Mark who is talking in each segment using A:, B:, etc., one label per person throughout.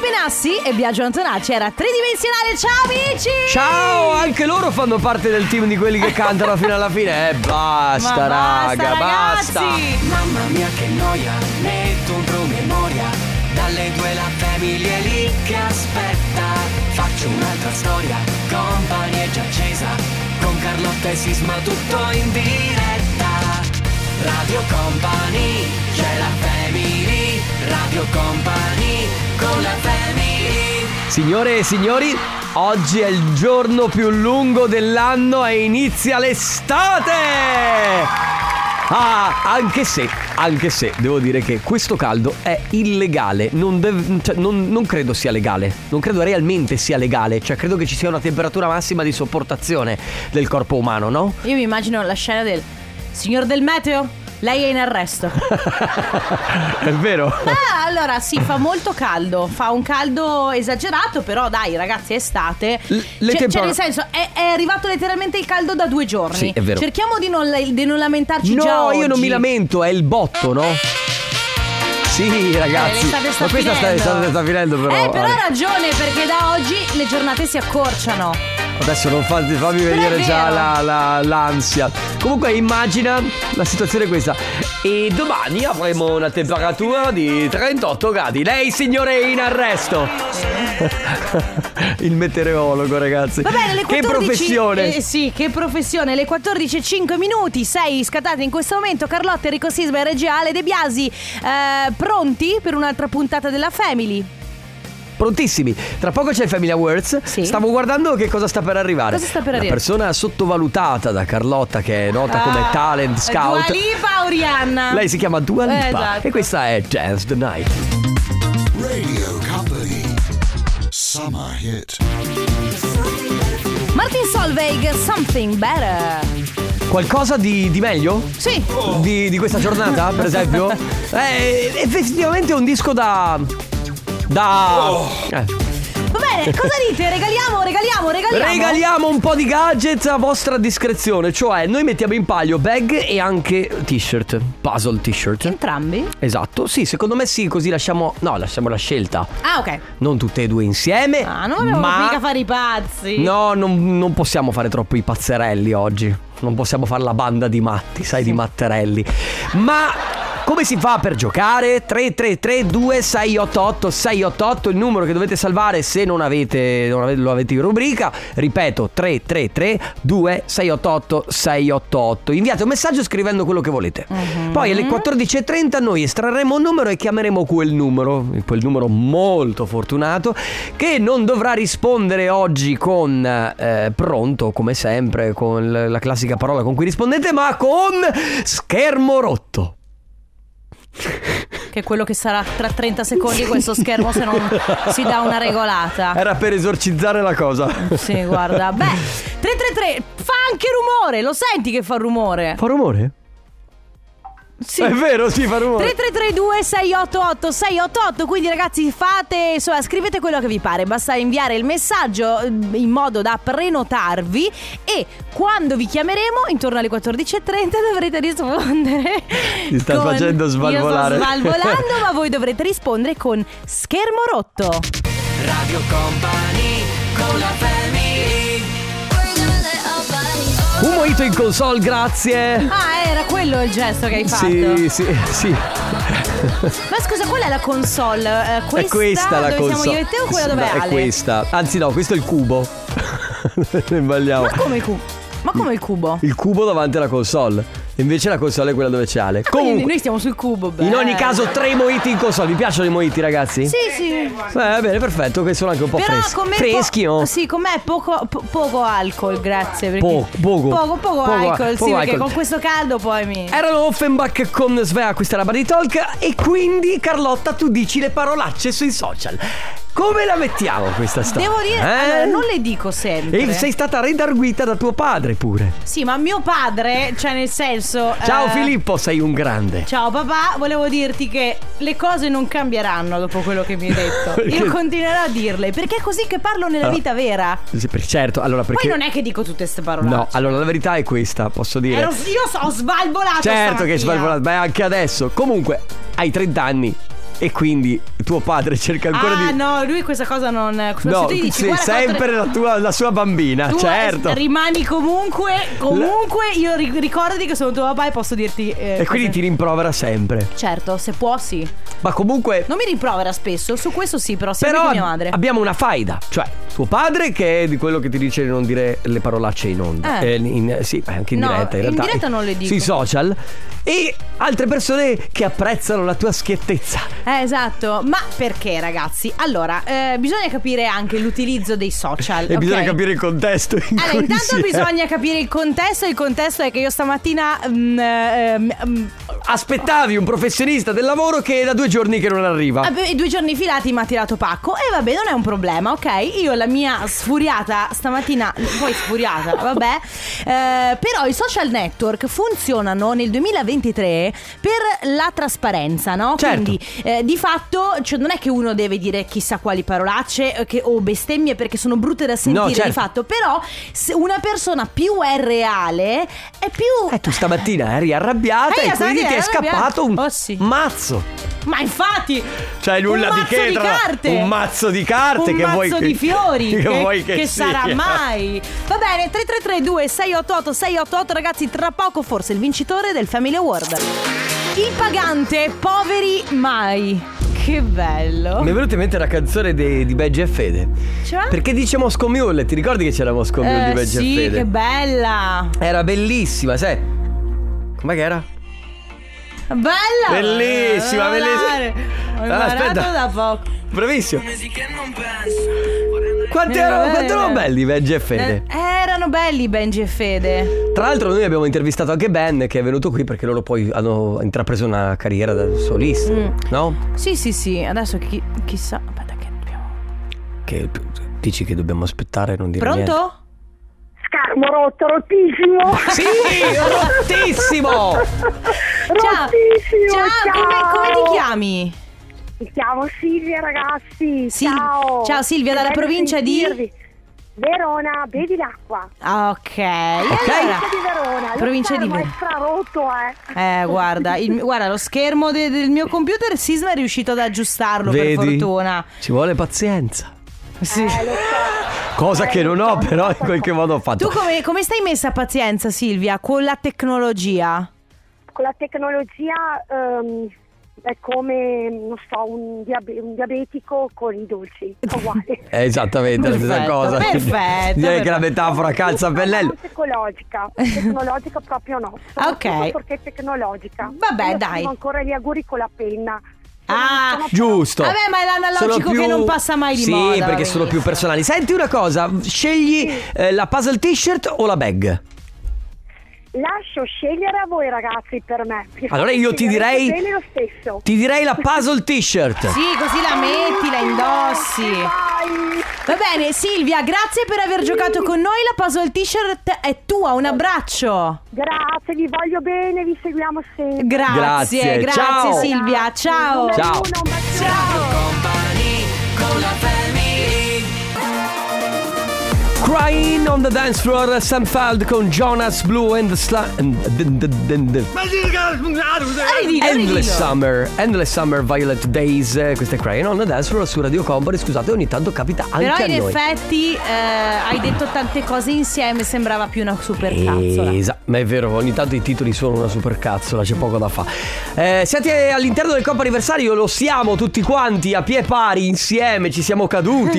A: Benassi e Biagio Antonacci era tridimensionale. Ciao amici!
B: Ciao, anche loro fanno parte del team di quelli che cantano fino alla fine. Eh, basta,
A: Ma basta,
B: raga,
A: ragazzi!
B: basta.
C: Mamma mia che noia, metto un promemoria Dalle due la famiglia è lì che aspetta Faccio un'altra storia, compagnie è già accesa Con Carlotta e Sisma tutto in diretta Radio Company, c'è la family Radio Company, con la family
B: Signore e signori, oggi è il giorno più lungo dell'anno e inizia l'estate! Ah, anche se, anche se, devo dire che questo caldo è illegale, non, dev- cioè, non- non credo sia legale, non credo realmente sia legale, cioè credo che ci sia una temperatura massima di sopportazione del corpo umano, no?
A: Io mi immagino la scena del signor del meteo, lei è in arresto.
B: è vero?
A: Ah, allora sì, fa molto caldo, fa un caldo esagerato, però dai ragazzi, è estate.
B: L- le
A: cioè,
B: tempor-
A: cioè, nel senso, è, è arrivato letteralmente il caldo da due giorni.
B: Sì, è vero.
A: Cerchiamo di non, di non lamentarci
B: No,
A: già.
B: io non
A: oggi.
B: mi lamento, è il botto, no? Sì, ragazzi.
A: Eh, l'estate sta
B: ma questa sta,
A: finendo.
B: sta- sta finendo però.
A: Eh, però
B: Ale.
A: ha ragione, perché da oggi le giornate si accorciano.
B: Adesso non fa- fammi
A: Però è
B: vedere già
A: vero.
B: la- la- l'ansia. Comunque immagina la situazione è questa. E domani avremo una temperatura di 38 gradi. Lei signore è in arresto. Il meteorologo ragazzi.
A: Va bene, le 14...
B: che professione.
A: Eh, sì, che professione. Le 14.05 minuti, 6 scattate in questo momento. Carlotta, Enrico Sisma e Regia Ale De Biasi, eh, pronti per un'altra puntata della Family?
B: Prontissimi, tra poco c'è il Family Awards.
A: Sì.
B: Stavo guardando che cosa sta per arrivare.
A: Cosa sta per
B: Una
A: arrivare?
B: persona sottovalutata da Carlotta, che è nota come
A: Ah,
B: talent scout.
A: Dua Lipa o Rihanna?
B: Lei si chiama Dua
A: Eh,
B: Lipa
A: esatto.
B: e questa è Dance the Night.
D: Radio Company. Summer hit.
A: Martin Solveig, Something Better.
B: Qualcosa di, di meglio?
A: Sì.
B: Di, di questa giornata, per esempio? Eh, effettivamente è un disco da. Da.
A: Oh.
B: Eh.
A: Va bene, cosa dite? Regaliamo, regaliamo, regaliamo.
B: Regaliamo un po' di gadget a vostra discrezione, cioè noi mettiamo in palio bag e anche t-shirt, puzzle t-shirt.
A: Entrambi?
B: Esatto, sì, secondo me sì, così lasciamo. No, lasciamo la scelta.
A: Ah, ok.
B: Non tutte e due insieme.
A: Ah, non dobbiamo
B: ma...
A: mica fare i pazzi.
B: No, non, non possiamo fare troppo i pazzerelli oggi. Non possiamo fare la banda di matti, sai, di matterelli. Ma come si fa per giocare? 333-2688-688 il numero che dovete salvare se non avete, non avete- lo avete in rubrica. Ripeto, 333-2688-688. Inviate un messaggio scrivendo quello che volete. Poi alle 14.30 noi estrarremo un numero e chiameremo quel numero, quel numero molto fortunato, che non dovrà rispondere oggi con eh, pronto, come sempre, con l- la classica parola con cui rispondete, ma con schermo rotto.
A: Che è quello che sarà tra 30 secondi questo schermo se non si dà una regolata.
B: Era per esorcizzare la cosa.
A: Sì, guarda. Beh, 333 fa anche rumore, lo senti che fa rumore?
B: Fa rumore?
A: Sì.
B: È vero, sì, fa rumore.
A: 3332 688 688 quindi ragazzi fate insomma scrivete quello che vi pare basta inviare il messaggio eh, in modo da prenotarvi e quando vi chiameremo intorno alle 14.30 dovrete rispondere
B: Ti sta facendo svalvolare.
A: io sto svalvolando ma voi dovrete rispondere con schermo rotto
C: Radio Company, con la family
B: Un mojito in console, grazie.
A: ah era quello il gesto che hai fatto
B: Sì, sì, sì.
A: ma scusa qual è la console Eh, questa,
B: è questa la
A: dove
B: console.
A: siamo io e te o quella
B: Sì,
A: dove
B: no,
A: è
B: È
A: Ale
B: questa. Anzi, no, questo è il cubo. ne sbagliamo.
A: ma come il cubo ma come il cubo
B: Il cubo davanti alla console. Invece la console è quella dove c'è Ale.
A: Ah, Quindi
B: Comunque,
A: noi stiamo sul cubo
B: in ogni
A: beh.
B: caso, tre moiti in console. Vi piacciono i moiti, ragazzi?
A: Sì, sì.
B: Eh, va bene, perfetto, che sono anche un po'
A: Però
B: freschi.
A: con me
B: Oh, freschi,
A: po-
B: oh.
A: Sì, con me è poco, po- poco alcol, grazie. perché-
B: Po- poco.
A: poco, poco
B: Poco a-
A: alcol, sì,
B: poco
A: perché
B: alcol. Eh,
A: con questo caldo poi mi.
B: Erano Offenbach con Svea, questa è la Buddy Talk. E quindi, Carlotta, tu dici le parolacce sui social. Come la mettiamo questa storia?
A: Devo dire,
B: Eh?
A: allora, non le dico sempre.
B: E sei stata redarguita da tuo padre pure.
A: Sì, ma mio padre, cioè nel senso.
B: Ciao
A: eh,
B: Filippo, sei un grande.
A: Ciao papà, volevo dirti che le cose non cambieranno dopo quello che mi hai detto.
B: Perché?
A: Io continuerò a dirle, perché è così che parlo nella vita vera.
B: Sì, per- Certo, allora perché...
A: Poi non è Eh, che dico tutte queste parolacce.
B: No, allora la verità è questa, posso dire.
A: Ero- io so, ho svalvolato.
B: eh. certo che
A: stamattina.
B: svalvolato, beh anche adesso. Comunque, hai 30 anni. E quindi tuo padre cerca ancora
A: ah,
B: di...
A: no, lui questa cosa non. se tu gli dici,
B: sei
A: "Guarda quanto-
B: sempre la, tua, la sua bambina,
A: Tu eh,
B: certo.
A: rimani comunque, comunque io ri- ricordati che sono tuo papà e posso dirti... eh,
B: E quindi ti
A: cose.
B: rimprovera sempre.
A: Certo, se può sì.
B: Ma comunque...
A: Non mi rimprovera spesso, su questo sì però, sempre
B: Però
A: con mia madre.
B: abbiamo una faida, cioè tuo padre che è di quello che ti dice di non dire le parolacce in onda,
A: Eh.
B: Eh, in- sì, beh, anche in
A: No,
B: diretta
A: in
B: in realtà.
A: diretta non le dico.
B: Sui social e altre persone che apprezzano la tua schiettezza.
A: Eh, esatto, ma perché ragazzi? Allora, eh, bisogna capire anche l'utilizzo dei social.
B: E bisogna
A: ok?
B: capire il contesto. In
A: Allora,
B: cui
A: intanto
B: si è.
A: bisogna capire il contesto. e Il contesto è che io stamattina. mm, ehm, ehm,
B: Aspettavi un professionista del lavoro che è da due giorni che non arriva.
A: Abbe- due giorni filati mi ha tirato pacco e vabbè non è un problema ok io la mia sfuriata stamattina poi sfuriata vabbè eh, però i social network funzionano nel 2023 per la trasparenza no?
B: Certo.
A: quindi eh, di fatto cioè, non è che uno deve dire chissà quali parolacce eh, che- o bestemmie perché sono brutte da sentire
B: certo.
A: di fatto però se una persona più è reale è più
B: Eh, tu stamattina eri arrabbiata
A: Eh,
B: e
A: io
B: quindi
A: stamattina
B: ti è
A: ero arrabbiata.
B: scappato un
A: Oh, sì.
B: mazzo.
A: ma infatti
B: Cioè nulla
A: un
B: di
A: mazzo
B: che tra
A: carte.
B: un mazzo di carte
A: un
B: che
A: mazzo
B: vuoi
A: di fiori
B: che,
A: che,
B: vuoi che,
A: che sarà
B: sia.
A: mai va bene 3332 688 688 ragazzi tra poco forse il vincitore del Family Award il pagante poveri mai che bello
B: Mi è venuta in mente la canzone di, di Beggi e Fede.
A: Cioè?
B: Perché dice Mosco Mule, ti ricordi che c'era Mosco Mule di
A: eh,
B: Beggi
A: sì
B: e Fede?
A: che bella
B: Era bellissima, sai? Com'è che era?
A: bella
B: Bellissima,
A: Voglio
B: bellissima.
A: volare. ho
B: Ah,
A: imparato
B: aspetta.
A: da poco
B: Bravissimo. Quanti erano, quanti erano belli Beggi e Fede?
A: Eh, erano belli Benji e Fede
B: Tra l'altro noi abbiamo intervistato anche Ben che è venuto qui perché loro poi hanno intrapreso una carriera da solista,
A: Mm.
B: no?
A: sì sì sì adesso chi- chissà aspetta che dobbiamo
B: Che dici che dobbiamo aspettare e non dire
A: pronto?
B: niente.
E: Scarmo rotto, rottissimo.
B: Sì, rottissimo!
A: Ciao,
E: Rottissimo,
A: ciao, Come,
E: ciao.
A: come ti chiami?
E: Mi chiamo Silvia, ragazzi.
A: Sil-
E: ciao.
A: ciao, Silvia, dalla
E: Che bello
A: provincia di-
E: sentirvi. Verona, bevi l'acqua.
A: Ah, ok.
B: Ok.
E: Provincia di Verona. Lo
A: Provincia di
E: schermo
A: Verona.
E: È strarotto, eh.
A: Eh, guarda, il- guarda, lo schermo de- del mio computer Sisma è riuscito ad aggiustarlo per
B: Vedi?
A: fortuna.
B: Ci vuole pazienza.
A: Sì.
E: Eh, lo so.
B: Cosa che non ho però in qualche modo ho
A: Tu
B: fatto.
A: come, come stai messa a pazienza, Silvia, con la tecnologia?
E: Con la tecnologia ehm, è come, non so, un, diabe- un diabetico con i dolci. Uguale.
B: Eh, esattamente la stessa
A: Perfetto,
B: cosa.
A: perfetto,
B: Direi che
A: perfetto.
B: la metafora calza a pennello.
E: Non Tecnologica, tecnologica proprio no. Sono
A: Ok.
E: tutto Perché tecnologica.
A: Vabbè,
E: Io
A: dai.
E: scrivo ancora gli auguri con la penna. Sono-
A: Ah,
E: sono-
B: Giusto.
A: Vabbè, ma è l'analogico
B: Sono
A: che non passa mai di
B: sì,
A: moda,
B: Sì,
A: va
B: perché sono
A: benissimo.
B: più personali. Senti una cosa, scegli eh, la puzzle t-shirt o la bag?
E: Lascio scegliere a voi ragazzi per me. Mi
B: Allora
E: fate
B: io ti
E: scegliere
B: direi
E: Bene lo stesso.
B: Ti direi la puzzle t-shirt.
A: Sì, così la metti, la indossi.
E: Vai.
A: Va bene, Silvia, grazie per aver giocato con noi. La puzzle t-shirt è tua. Un abbraccio.
E: Grazie, vi voglio bene, vi seguiamo sempre.
A: Grazie,
B: Grazie,
A: grazie,
B: ciao.
A: Silvia. Ciao.
E: Numero
B: Ciao.
E: uno, un bacione.
B: Crying on the dance floor Sanfeld con Jonas Blue and the Sla- and the- the- the- the-
A: Ridilo,
B: Endless
A: ridilo.
B: Summer, Endless Summer Violet Days, eh, questa è Crying on the dance floor su Radio Company, scusate ogni tanto capita anche
A: Però
B: a
A: in
B: noi.
A: effetti eh, hai detto tante cose insieme, sembrava più una super cazzola.
B: Esatto, ma è vero, ogni tanto i titoli sono una supercazzola, c'è poco da fare. Eh, siete all'interno del Coppa Anniversario, lo siamo tutti quanti a pie pari, insieme, ci siamo caduti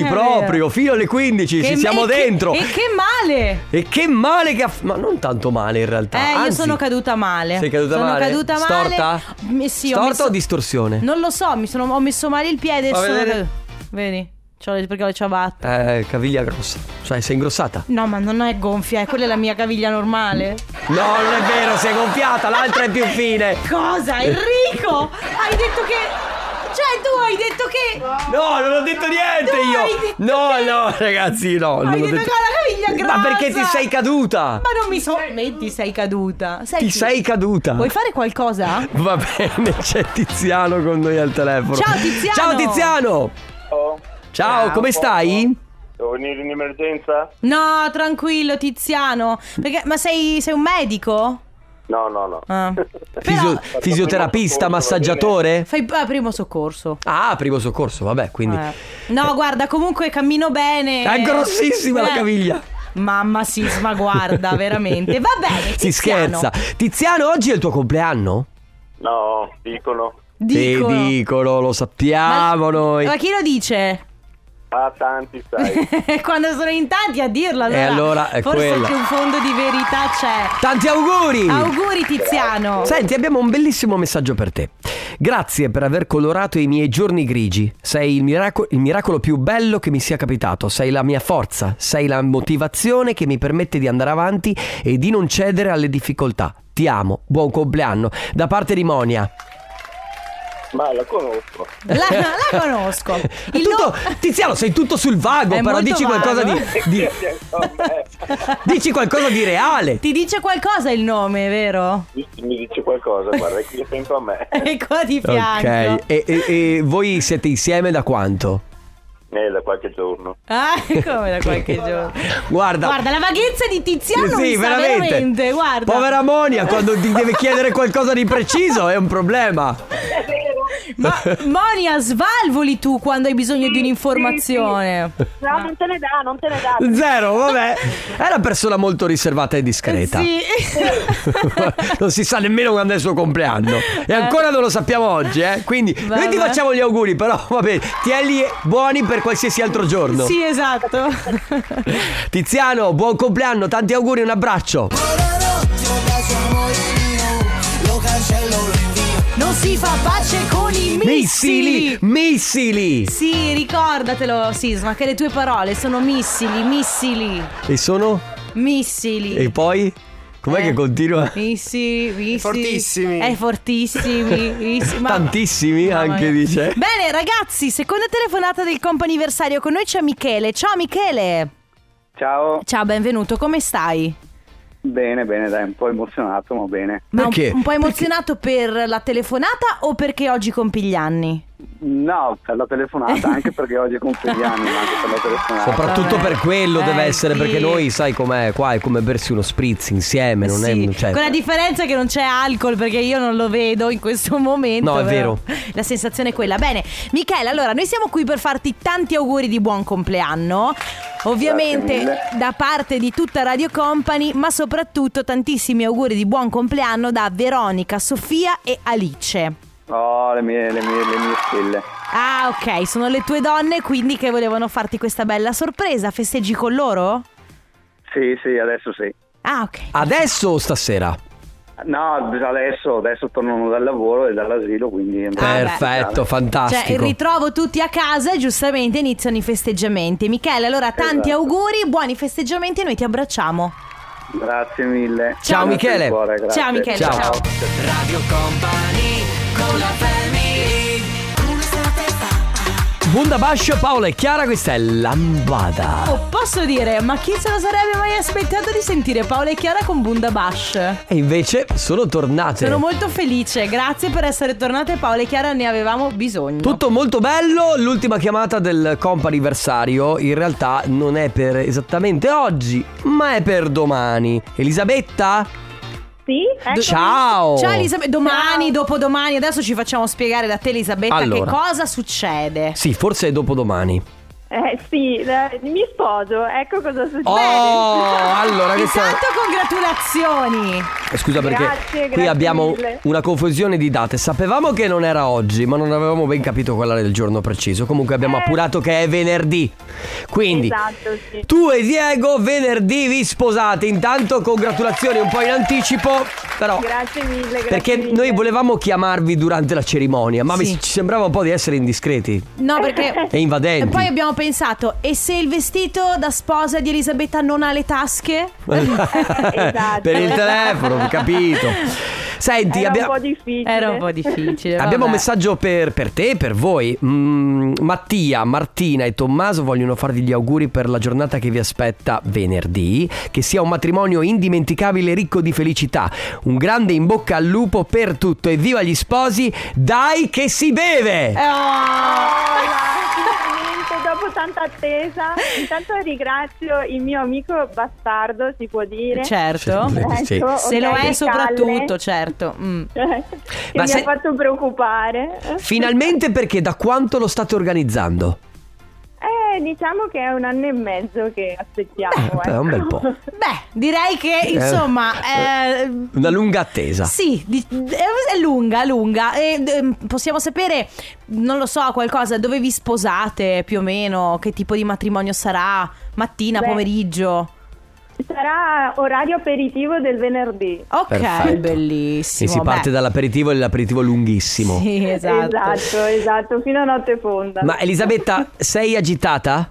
A: È
B: proprio,
A: vero.
B: fino alle 15, ci
A: Che-
B: siamo
A: e che-
B: dentro.
A: e che male!
B: E che male che ha f- Ma non tanto male in realtà.
A: Eh, io
B: Ah, anzi,
A: sono caduta male.
B: Sei caduta
A: sono
B: male?
A: caduta male.
B: Storta?
A: Mm, sì, ho
B: Storta
A: messo-
B: o distorsione?
A: Non lo so, mi sono- ho messo male il piede. e
B: Fa
A: sono
B: vedere.
A: caduta. Vedi, c'ho le- perché ho le ciabatte.
B: Eh, caviglia grossa. Cioè, sei ingrossata?
A: No, ma non è gonfia, eh, quella è la mia caviglia normale.
B: No, non è vero, sei gonfiata, l'altra è più fine.
A: Cosa, Enrico? Hai detto che. Cioè, tu hai detto che.
B: No, non ho detto niente
A: Tu
B: io.
A: hai detto
B: no,
A: che-
B: no, ragazzi, no. non ho
A: detto che ho la caviglia
B: Ma
A: grossa.
B: perché ti sei caduta?
A: Ma non mi so. Metti, sei caduta.
B: Ti
A: Senti,
B: sei caduta.
A: Vuoi fare qualcosa?
B: Va bene, c'è Tiziano con noi al telefono.
A: Ciao, Tiziano.
B: Ciao Tiziano.
F: Oh,
B: Ciao, come stai?
F: devo venire in emergenza?
A: No, tranquillo, Tiziano. Perché- ma sei, sei un medico?
F: No, no, no.
A: Ah.
B: Fisio-
A: Però
B: fisioterapista,
F: Faccio
B: massaggiatore?
A: fai ah, primo soccorso.
B: Ah, primo soccorso, vabbè, quindi...
A: Eh. No, guarda, comunque cammino bene.
B: È grossissima la
A: Eh.
B: caviglia.
A: Mamma sisma, guarda, veramente. Va bene.
B: Si
A: Tiziano.
B: scherza. Tiziano, oggi è il tuo compleanno?
F: No, dicono.
A: Dicono.
B: Sì, dicono, lo
A: Ma-
B: sappiamo noi.
A: Ma chi lo dice?
F: Ah, tanti, sai.
A: Quando sono in tanti a dirla.
B: E allora è
A: forse
B: quella.
A: che un fondo di verità c'è.
B: Tanti auguri!
A: Auguri Tiziano.
B: Senti, abbiamo un bellissimo messaggio per te. Grazie per aver colorato i miei giorni grigi. Sei il, miraco- il miracolo più bello che mi sia capitato. Sei la mia forza. Sei la motivazione che mi permette di andare avanti e di non cedere alle difficoltà. Ti amo. Buon compleanno. Da parte di Monia.
F: Ma la conosco.
A: La, la conosco.
B: È
A: Il
B: tutto-
A: no-
B: Tiziano, sei tutto sul vago,
A: È
B: però
A: molto
B: dici qualcosa di,
A: vago.
B: di- Dici qualcosa di reale.
A: Ti dice qualcosa il nome, vero?
F: Mi mi dice qualcosa, guarda, è qui sempre a me.
A: È qua di
B: Ok,
A: fianco.
B: e, e- e voi siete insieme da quanto?
F: Eh, da qualche giorno.
A: Ah, come da qualche giorno.
B: Guarda,
A: Guarda, la vaghezza di Tiziano
B: Sì,
A: mi sta veramente. guarda.
B: Povera Monia, quando ti deve chiedere qualcosa di preciso è un problema.
A: Ma Monia, svalvoli tu quando hai bisogno di un'informazione.
E: No, non te ne dà, non te ne dà.
B: Zero, vabbè. È una persona molto riservata e discreta.
A: Sì.
B: non si sa nemmeno quando è il suo compleanno. E ancora non lo sappiamo oggi, eh. Quindi noi ti
A: Vabbè.
B: facciamo gli auguri, però vabbè, tienli buoni per qualsiasi altro giorno.
A: Sì, esatto.
B: Tiziano, buon compleanno, tanti auguri, un abbraccio.
A: Non si fa pace con i
B: Missili,
A: missili.
B: missili.
A: Sì, ricordatelo, Sisma, che le tue parole sono missili, missili,
B: E sono?
A: missili.
B: E poi? Com'è
A: Eh.
B: che continua?
A: Missili, missili.
G: Fortissimi.
A: Eh, fortissimi. missili. Ma-
B: Tantissimi
A: Mamma
B: anche
A: mia.
B: dice.
A: Bene, ragazzi, seconda telefonata del comp'anniversario con noi c'è Michele. Ciao Michele.
H: Ciao,
A: Ciao, benvenuto, come stai?
H: bene, bene, dai, un po' emozionato, ma bene.
A: Ma un-
B: Perché?
A: Un, po' emozionato per la telefonata o perché oggi compi gli anni?
H: No, per la telefonata, anche perché oggi è compleanno, ma anche per la telefonata.
B: Soprattutto
A: vabbè.
B: per quello
A: Eh,
B: deve essere,
A: sì.
B: perché noi sai com'è qua, è come bersi uno spritz insieme, non
A: Sì,
B: è... Cioè,
A: Con la differenza che non c'è alcol perché io non lo vedo in questo momento.
B: No, è
A: però
B: vero.
A: La sensazione è quella. Bene, Michele, allora noi siamo qui per farti tanti auguri di buon compleanno. Ovviamente
H: Grazie mille.
A: da parte di tutta Radio Company, ma soprattutto tantissimi auguri di buon compleanno da Veronica, Sofia e Alice.
H: Oh, le mie, le mie, le mie stelle.
A: Ah, ok, sono le tue donne quindi che volevano farti questa bella sorpresa. Festeggi con loro?
H: Sì, sì, adesso sì.
A: Ah, ok.
B: Adesso o stasera?
A: Ah,
H: No, adesso, adesso tornano dal lavoro e dall'asilo, quindi...
B: Eh. Perfetto, fantastico.
A: Cioè, ritrovo tutti a casa e giustamente iniziano i festeggiamenti. Michele, allora tanti
H: Esatto.
A: auguri, buoni festeggiamenti e noi ti abbracciamo.
H: Grazie mille.
B: Ciao,
H: Grazie
B: Michele.
H: di cuore, grazie.
A: Ciao Michele,
B: Ciao.
A: ciao.
C: Radio Company con la family
B: Bundabash, Paola e Chiara, questa è Lambada.
A: Oh, posso dire, ma chi se lo sarebbe mai aspettato di sentire Paola e Chiara con Bundabash?
B: E invece sono tornate.
A: Sono molto felice, grazie per essere tornate Paola e Chiara, ne avevamo bisogno.
B: Tutto molto bello, l'ultima chiamata del comp anniversario in realtà non è per esattamente oggi, ma è per domani. Elisabetta?
E: Sì, ecco eccomi.
B: Ciao!
A: Ciao Elisabetta, domani, dopodomani, adesso ci facciamo spiegare da te Elisabetta
B: Allora.
A: che cosa succede.
B: Sì, forse è dopodomani.
I: Eh sì, eh, mi sposo, ecco cosa succede.
B: Oh, allora che
A: Intanto Esatto, congratulazioni.
B: Eh, Scusa perché
I: Grazie,
B: qui
I: grazie
B: abbiamo
I: mille.
B: una confusione di date. Sapevamo che non era oggi, ma non avevamo ben capito qual era il giorno preciso. Comunque abbiamo
I: Eh.
B: appurato che è venerdì. Quindi
I: Esatto, sì.
B: tu e Diego venerdì vi sposate. Intanto congratulazioni un po' in anticipo, però
I: Grazie mille, grazie
B: perché
I: mille.
B: noi volevamo chiamarvi durante la cerimonia, ma
A: Sì.
B: mi- ci sembrava un po' di essere indiscreti
A: No, perché
B: e invadenti.
A: E poi abbiamo pensato, e se il vestito da sposa di Elisabetta non ha le tasche?
I: Esatto.
B: per il telefono, ho capito. Senti,
I: Era
B: abbiamo
I: un po' difficile.
A: Era un po' difficile.
B: Abbiamo un
A: Eh, vabbè.
B: messaggio per, per te e per voi. Mm, Mattia, Martina e Tommaso vogliono farvi gli auguri per la giornata che vi aspetta venerdì. Che sia un matrimonio indimenticabile, ricco di felicità. Un grande in bocca al lupo per tutto. Evviva gli sposi! Dai che si beve!
A: Eh, oh.
I: Oh, là, finalmente dopo tanta attesa, intanto ringrazio il mio amico bastardo, si può dire.
A: Certo.
B: Sì, Eh, sì.
I: Ecco,
A: Se lo
I: ok,
A: è
I: Calle.
A: soprattutto, certo. Mm.
I: che
B: Ma
I: mi
B: se-
I: ha fatto preoccupare.
B: Finalmente perché da quanto lo state organizzando?
I: Eh, diciamo che è un anno e mezzo che aspettiamo.
B: Eh,
I: ecco.
B: Beh, è un bel po'.
A: Beh, direi che insomma... eh,
B: Una lunga attesa.
A: Sì, di- è è lunga, lunga. E, ehm, possiamo sapere, non lo so, qualcosa dove vi sposate più o meno, che tipo di matrimonio sarà, mattina,
I: Beh.
A: pomeriggio.
I: Sarà orario aperitivo del venerdì.
A: Ok,
B: Perfetto. Sì,
A: bellissimo.
B: si parte
A: beh.
B: dall'aperitivo e l'aperitivo è lunghissimo.
A: Sì, esatto.
I: esatto, esatto, fino a notte fonda.
B: Ma Elisabetta, sei agitata?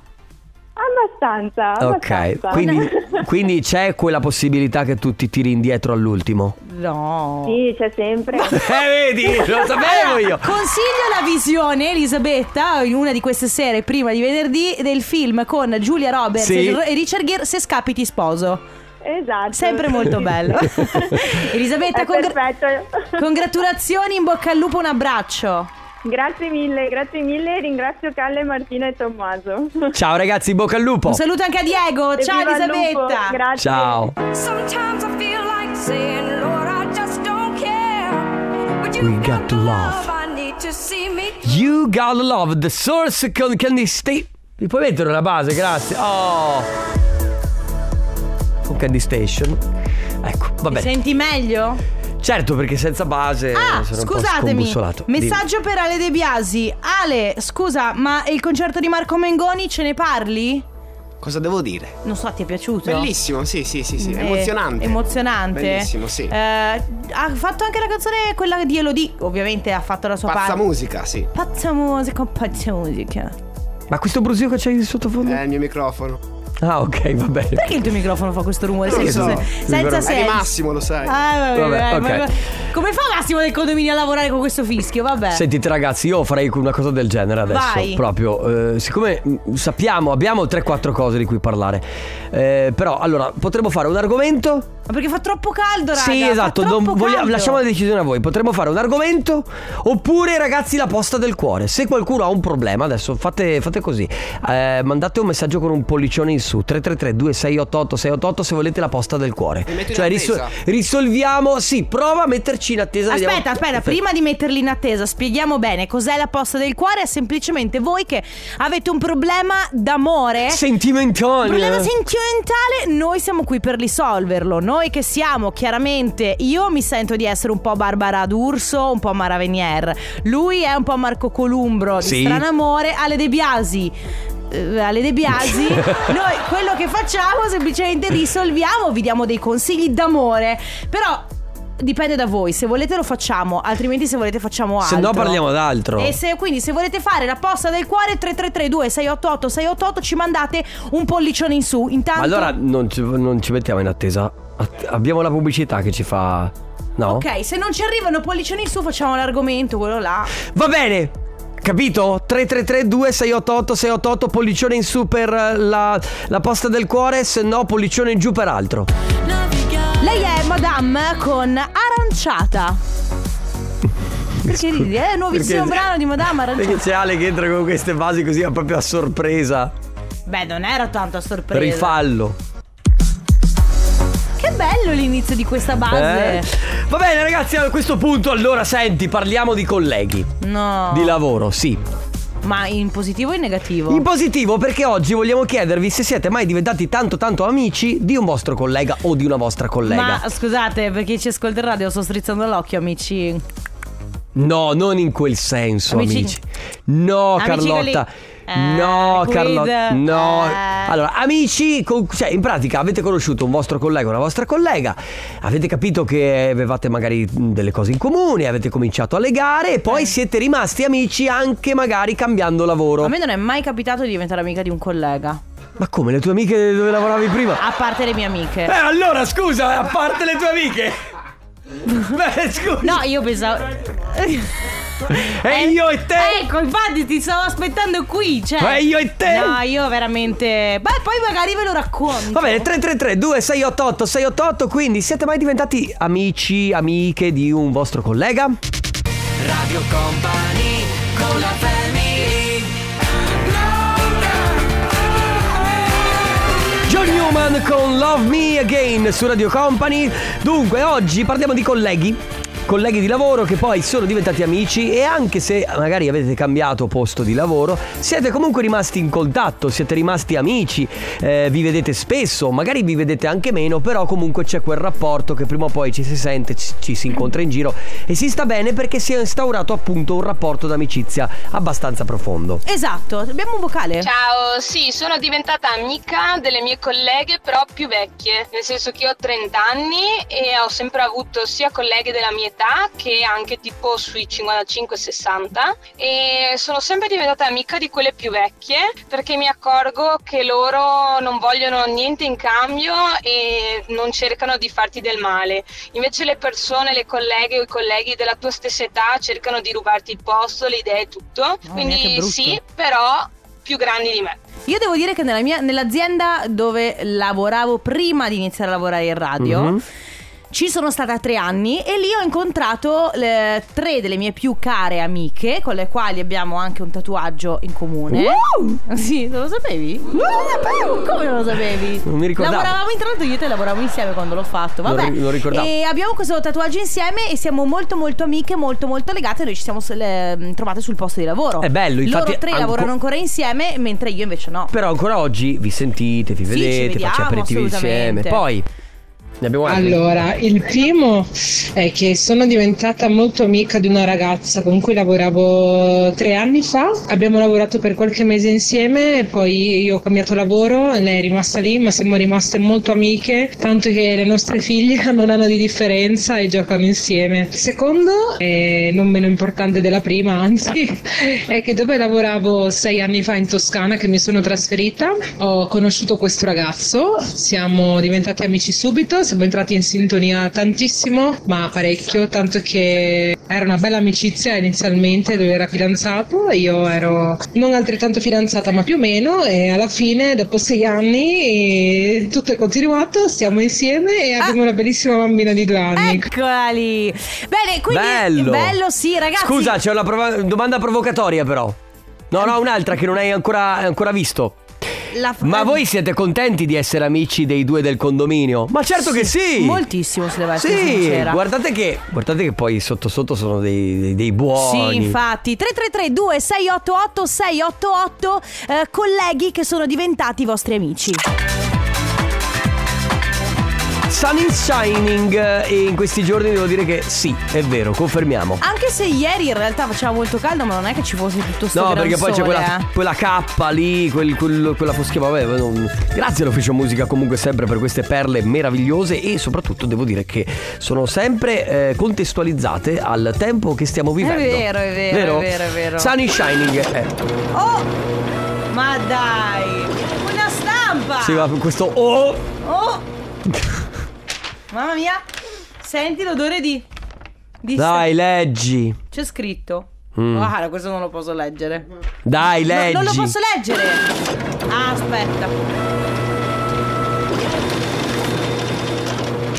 I: Abbastanza, abbastanza.
B: Ok, quindi, quindi c'è quella possibilità che tu ti tiri indietro all'ultimo?
A: No.
I: Sì, c'è sempre.
B: Eh, vedi, lo sapevo io.
A: Consiglio la visione, Elisabetta, in una di queste sere, prima di venerdì, del film con Giulia Roberts
B: Sì.
A: e Richard Gere, Se scappi ti sposo.
I: Esatto.
A: Sempre
I: sì.
A: molto bello. Elisabetta,
I: È
A: congra-
I: perfetto.
A: congratulazioni, in bocca al lupo, un abbraccio.
I: Grazie mille, grazie mille. Ringrazio Calle, Martina e Tommaso.
B: Ciao ragazzi, bocca al lupo.
A: Un saluto anche a Diego. Ciao
I: Evviva il lupo,
A: Elisabetta.
I: Grazie.
B: Ciao. We got love. You got love, the source con Candy Station. Mi puoi mettere una base, grazie. Oh. Con Candy Station. Ecco,
A: Ti
B: va bene.
A: senti meglio?
B: Certo, perché senza base
A: Ah,
B: sono Eh, un po'
A: scusatemi.
B: scombussolato. Dimmi.
A: Messaggio per Ale De Biasi. Ale, scusa, ma il concerto di Marco Mengoni ce ne parli?
G: Cosa devo dire?
A: Non so, ti è piaciuto?
G: Bellissimo, sì, sì, sì, sì.
A: Eh,
G: Emozionante.
A: Emozionante.
G: Bellissimo, sì.
A: Eh, ha fatto anche la canzone quella di Elodie. Ovviamente ha fatto la sua
G: Pazza
A: parte.
G: musica, sì.
A: Pazza musica, pazza musica.
B: Ma questo brusio che c'è in
A: Mm.
B: sottofondo?
A: Eh.
G: È Eh, il mio microfono.
B: Ah, ok, va bene.
A: Perché il tuo microfono fa questo rumore?
G: Non lo
A: senza
G: so.
A: senza
G: È di
A: senso.
G: Massimo, lo sai.
A: Ah, vabbè,
B: Vabbè,
A: dai,
B: ok.
A: ma- Come fa Massimo del condominio a lavorare con questo fischio? Vabbè.
B: Sentite ragazzi, io farei una cosa del genere adesso,
A: Eh. Vai.
B: proprio, eh, siccome mh, sappiamo, abbiamo 3-4 cose di cui parlare, eh, però allora potremmo fare un argomento,
A: Ma perché fa troppo caldo, raga.
B: sì
A: fa
B: esatto,
A: troppo
B: non vogliamo-
A: caldo.
B: lasciamo la decisione a voi, potremmo fare un argomento oppure ragazzi la posta del cuore, se qualcuno ha un problema adesso fate, fate così, eh, mandate un messaggio con un pollicione in su, 333-2688-688 se volete la posta del cuore,
G: Mi metto in
B: cioè risol-
G: attesa.
B: risolviamo, sì prova a metterci in attesa, vediamo-
A: Aspetta, aspetta, prima di metterli in attesa, spieghiamo bene cos'è la posta del cuore. È semplicemente voi che avete un problema d'amore.
B: Sentimentale.
A: Un eh. problema sentimentale, noi siamo qui per risolverlo. Noi che siamo, chiaramente, io mi sento di essere un po' Barbara D'Urso, un po' Mara Venier. Lui è un po' Marco Columbro, di
B: Sì.
A: Strano Amore, Ale De Biasi. Eh, Ale De Biasi, noi quello che facciamo semplicemente risolviamo, vi diamo dei consigli d'amore, però dipende da voi, se volete lo facciamo, altrimenti se volete facciamo altro.
B: Se no parliamo d'altro.
A: E se, quindi se volete fare la posta del cuore 3332 688 688 ci mandate un pollicione in su. Intanto
B: Ma allora non ci, non ci mettiamo in attesa. Att- abbiamo la pubblicità che ci fa. No?
A: Ok, se non ci arrivano pollicioni in su facciamo l'argomento quello là.
B: Va bene! Capito? 3332 688 688 pollicione in su per eh, la, la posta del cuore, se no pollicione in giù per altro.
A: Lei è Madame con aranciata. Perché ridi? È il nuovissimo
B: Perché-
A: brano di Madame
B: Perché
A: aranciata.
B: c'è Ale che entra con queste basi così ma proprio a sorpresa.
A: Beh, non era tanto a sorpresa.
B: Per il fallo.
A: Che bello l'inizio di questa base.
B: Eh? Va bene, ragazzi, a questo punto allora senti, parliamo di colleghi.
A: No.
B: Di lavoro, sì.
A: Ma in positivo o in negativo?
B: In positivo perché oggi vogliamo chiedervi se siete mai diventati tanto tanto amici di un vostro collega o di una vostra collega.
A: Ma uh, scusate, per chi ci ascolterà, devo sto strizzando l'occhio, amici.
B: No, non in quel senso,
A: Amici-
B: amici. No,
A: Amici
B: Carlotta.
A: quelli-
B: no,
A: Eh,
B: Carlotta.
A: quid,
B: No.
A: eh.
B: Allora, amici, con- cioè in pratica avete conosciuto un vostro collega o una vostra collega, avete capito che avevate magari mh, delle cose in comune, avete cominciato a legare e
A: Eh.
B: poi siete rimasti amici anche magari cambiando
A: A
B: lavoro.
A: me non è mai capitato di diventare amica di un collega,
B: Ma come le tue amiche dove lavoravi prima?
A: a parte le mie
B: Eh,
A: amiche.
B: allora scusa, a parte le tue amiche. Beh, scusa.
A: No, io pensavo.
B: E io e te.
A: Ecco, infatti ti stavo aspettando qui, cioè.
B: E io e te.
A: No, io veramente. Beh, poi magari ve lo racconto.
B: Va bene, 333 2688 688, quindi siete mai diventati amici, amiche di un vostro collega?
C: Radio Company con la family.
B: Newman con Love Me Again su Radio Company. Dunque, oggi parliamo di colleghi. Colleghi di lavoro che poi sono diventati amici e anche se magari avete cambiato posto di lavoro, siete comunque rimasti in contatto, siete rimasti amici, eh, vi vedete spesso, magari vi vedete anche meno, però comunque c'è quel rapporto che prima o poi ci si sente, ci, ci si incontra in giro e si sta bene perché si è instaurato appunto un rapporto d'amicizia abbastanza profondo.
A: Esatto, abbiamo un vocale.
J: Ciao, sì, sono diventata amica delle mie colleghe però più vecchie, nel senso che io ho 30 anni e ho sempre avuto sia colleghe della mia età che anche tipo sui 55-60 e sono sempre diventata amica di quelle più vecchie perché mi accorgo che loro non vogliono niente in cambio e non cercano di farti del male. Invece le persone, le colleghe o i colleghi della tua stessa età cercano di rubarti il posto, le idee e tutto.
A: mia, che
J: Quindi
A: brutto.
J: sì, però più grandi di me.
A: Io devo dire che nella mia- nell'azienda dove lavoravo prima di iniziare a lavorare in radio.
B: Mhm.
A: Ci sono stata tre anni e lì ho incontrato le- tre delle mie più care amiche, con le quali abbiamo anche un tatuaggio in comune. Sì, non lo sapevi? Non lo sapevo! Come non lo sapevi?
B: Non mi ricordavo.
A: Lavoravamo in tanto io e te lavoravamo insieme quando l'ho fatto.
B: Non
A: Vabbè.
B: ri- non ricordavo.
A: E abbiamo questo tatuaggio insieme e siamo molto molto amiche, molto molto legate. Noi ci siamo s- le- trovate sul posto di lavoro.
B: È bello, infatti,
A: Loro tre
B: anco-
A: lavorano ancora insieme, mentre io invece no.
B: Però ancora oggi vi sentite, vi
A: Sì, ci
B: vedete, facciate
A: vediamo,
B: aperitivi insieme.
A: assolutamente.
B: Poi ne abbiamo altri.
K: Allora, il primo è che sono diventata molto amica di una ragazza con cui lavoravo tre anni fa. Abbiamo lavorato per qualche mese insieme, poi io ho cambiato lavoro, lei è rimasta lì, ma siamo rimaste molto amiche, tanto che le nostre figlie non hanno di differenza e giocano insieme. Secondo, e non meno importante della prima, anzi, è che dove lavoravo sei anni fa in Toscana, che mi sono trasferita, ho conosciuto questo ragazzo, siamo diventati amici subito, siamo entrati in sintonia tantissimo, ma parecchio, tanto che era una bella amicizia inizialmente, lui era fidanzato, io ero non altrettanto fidanzata, ma più o meno, e alla fine, dopo sei anni, eh, tutto è continuato, siamo insieme e abbiamo una bellissima bambina di due anni.
A: Ecco, Eccola lì. Bene, quindi
B: bello.
A: bello sì, ragazzi.
B: Scusa, c'è una prova- domanda provocatoria però. No, no, un'altra che non hai ancora, ancora visto.
A: La- eh,
B: Ma voi siete contenti di essere amici dei due del condominio? Ma certo che sì!
A: Moltissimo se devo essere
B: Sì,
A: sincera.
B: guardate che, guardate che poi sotto sotto sono dei, dei, dei buoni.
A: Sì, infatti 333 2688 688 eh, colleghi che sono diventati vostri amici.
B: Sun is shining eh, e in questi giorni devo dire che sì, è vero, confermiamo.
A: Anche se ieri in realtà faceva molto caldo, ma non è che ci fosse tutto sto
B: No,
A: gran
B: perché poi c'è
A: sole,
B: quella,
A: eh.
B: quella K lì, quel, quel- quella foschia. Vabbè, non- grazie all'ufficio musica comunque sempre per queste perle meravigliose e soprattutto devo dire che sono sempre eh, contestualizzate al tempo che stiamo vivendo.
A: vero, è vero, è vero, è vero.
B: Sunny Shining. Eh,
A: Oh! Ma dai! Una stampa!
B: sì, ma questo oh!
A: Oh! Mamma mia! Senti l'odore di di
B: Dai, leggi.
A: C'è scritto.
B: Mm.
A: Guarda, questo non lo posso leggere.
B: Dai,
A: No,
B: leggi.
A: non lo posso leggere. Ah, aspetta.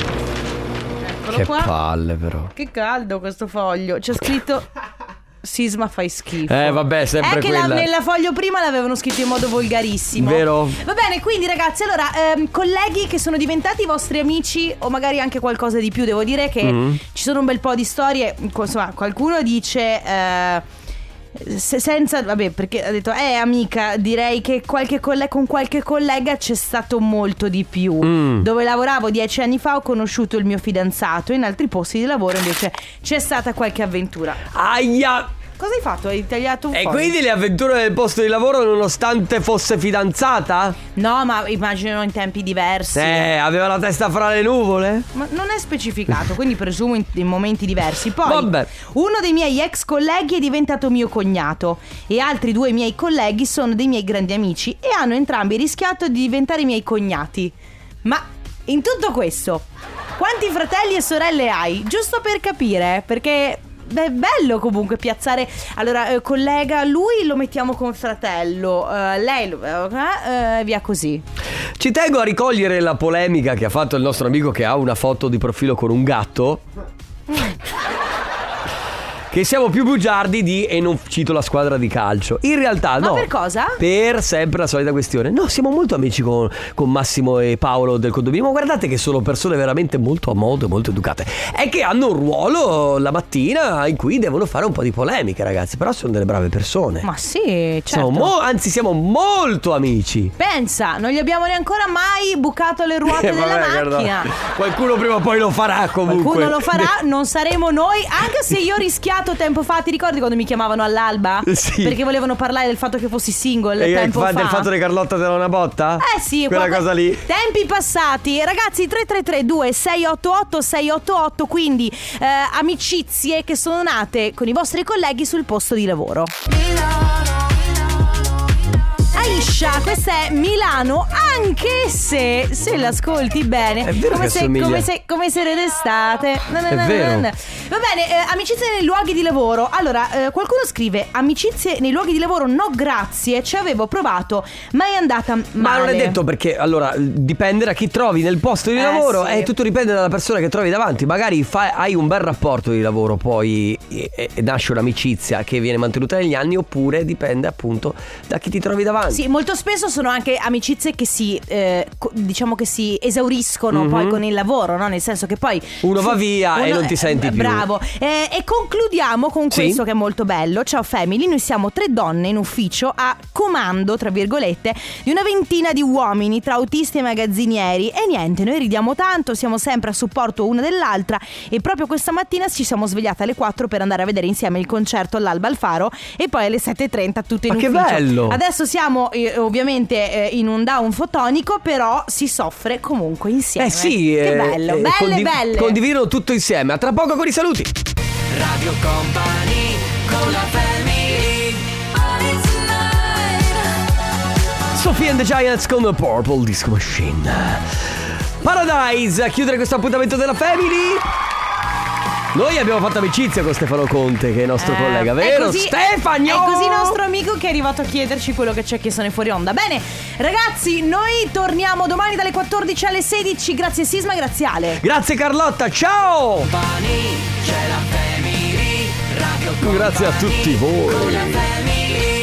A: Eccolo
B: Che
A: qua.
B: palle, però.
A: che caldo questo foglio. C'è scritto Sisma fai schifo.
B: Eh, vabbè,
A: È
B: sempre
A: che
B: quella.
A: la- nella foglio prima l'avevano scritto in modo volgarissimo.
B: Vero?
A: Va bene, quindi ragazzi, allora, ehm, colleghi che sono diventati vostri amici o magari anche qualcosa di più, devo dire che
B: Mm-hmm.
A: ci sono un bel po' di storie, insomma, qualcuno dice... eh, se- senza, vabbè, perché ha detto, eh amica, direi che qualche colle- con qualche collega c'è stato molto di più.
B: Mm.
A: Dove lavoravo dieci anni fa ho conosciuto il mio fidanzato, in altri posti di lavoro invece c'è stata qualche avventura.
B: Aia!
A: Cosa hai fatto? Hai tagliato un
B: E
A: foglio?
B: quindi le avventure del posto di lavoro, nonostante fosse fidanzata?
A: No, ma immagino in tempi diversi.
B: Eh, aveva la testa fra le nuvole?
A: Ma non è specificato, quindi presumo in, in momenti diversi. Poi,
B: Vabbè.
A: uno dei miei ex colleghi è diventato mio cognato e altri due miei colleghi sono dei miei grandi amici e hanno entrambi rischiato di diventare miei cognati. Ma in tutto questo, quanti fratelli e sorelle hai? Giusto per capire, perché... beh, è bello comunque piazzare. Allora, eh, collega, lui lo mettiamo con fratello, eh, lei lo. eh, eh, via così.
B: Ci tengo a ricogliere la polemica che ha fatto il nostro amico che ha una foto di profilo con un gatto. che siamo più bugiardi di e non cito la squadra di calcio. In realtà
A: Ma
B: no.
A: per cosa?
B: Per sempre la solita questione. No, siamo molto amici con, con Massimo e Paolo del condominio. Ma guardate che sono persone veramente molto a modo e molto educate. È che hanno un ruolo la mattina in cui devono fare un po' di polemiche, ragazzi. Però sono delle brave persone.
A: Ma sì, certo.
B: Siamo mo- anzi, siamo molto amici.
A: Pensa, non gli abbiamo neanche ancora mai bucato le ruote
B: Eh,
A: della
B: vabbè, guarda,
A: macchina.
B: Qualcuno prima o poi lo farà comunque.
A: Qualcuno lo farà, non saremo noi, anche se io ho rischiato tempo fa, ti ricordi quando mi chiamavano all'alba?
B: Sì.
A: Perché volevano parlare del fatto che fossi single
B: E
A: tempo
B: fa-
A: fa.
B: del fatto di Carlotta della una botta?
A: Eh sì,
B: Quella
A: proprio-
B: cosa lì.
A: Tempi passati, ragazzi 3332 688 688, quindi eh, amicizie che sono nate con i vostri colleghi sul posto di lavoro. Aisha, questa è Milano, anche se, se l'ascolti bene,
B: È vero
A: come,
B: che
A: se,
B: assomiglia.
A: come se come se d'estate. Na, na,
B: È
A: na, na,
B: vero.
A: na. Va bene, eh, amicizie nei luoghi di lavoro. Allora, eh, qualcuno scrive: Amicizie nei luoghi di lavoro, no, grazie, ci avevo provato, ma è andata male.
B: Ma non è detto perché, allora, dipende da chi trovi nel posto di
A: Eh,
B: lavoro
A: sì.
B: e tutto dipende dalla persona che trovi davanti. Magari fa- hai un bel rapporto di lavoro, poi e- e- e nasce un'amicizia che viene mantenuta negli anni, oppure dipende appunto da chi ti trovi davanti.
A: Sì, molto spesso sono anche amicizie che si, eh, co- diciamo che si esauriscono
B: Mhm.
A: poi con il lavoro, no? Nel senso che poi...
B: Uno va via e non ti
A: eh,
B: senti più.
A: Bravo. Eh, e concludiamo con
B: Sì.
A: questo che è molto bello. Ciao Family, noi siamo tre donne in ufficio a comando, tra virgolette, di una ventina di uomini tra autisti e magazzinieri. E niente, noi ridiamo tanto, siamo sempre a supporto una dell'altra e proprio questa mattina ci siamo svegliate alle 4 per andare a vedere insieme il concerto all'Alba al Faro e poi alle 7.30 tutte in
B: Ma che
A: ufficio.
B: bello!
A: Adesso siamo eh, ovviamente eh, in un down fotonico, però si soffre comunque insieme.
B: Eh sì,
A: che
B: eh,
A: bello,
B: eh,
A: belle
B: condiv-
A: belle.
B: Condividono tutto insieme. A tra poco con i saluti.
C: Radio Company con la family.
B: Sophie and the Giants con Purple Disco Machine. Paradise, a chiudere questo appuntamento della Family. Noi abbiamo fatto amicizia con Stefano Conte, che è il nostro
A: Eh,
B: collega,
A: è
B: vero?
A: così-
B: Stefano!
A: È così nostro amico che è arrivato a chiederci quello che c'è che sono fuori onda. Bene, ragazzi, noi torniamo domani dalle 14 alle 16. Grazie Sisma, grazie Ale.
B: Grazie Carlotta, ciao!
C: Company, c'è la family. Radio
B: Grazie a
C: Company
B: tutti voi.
C: Con la family.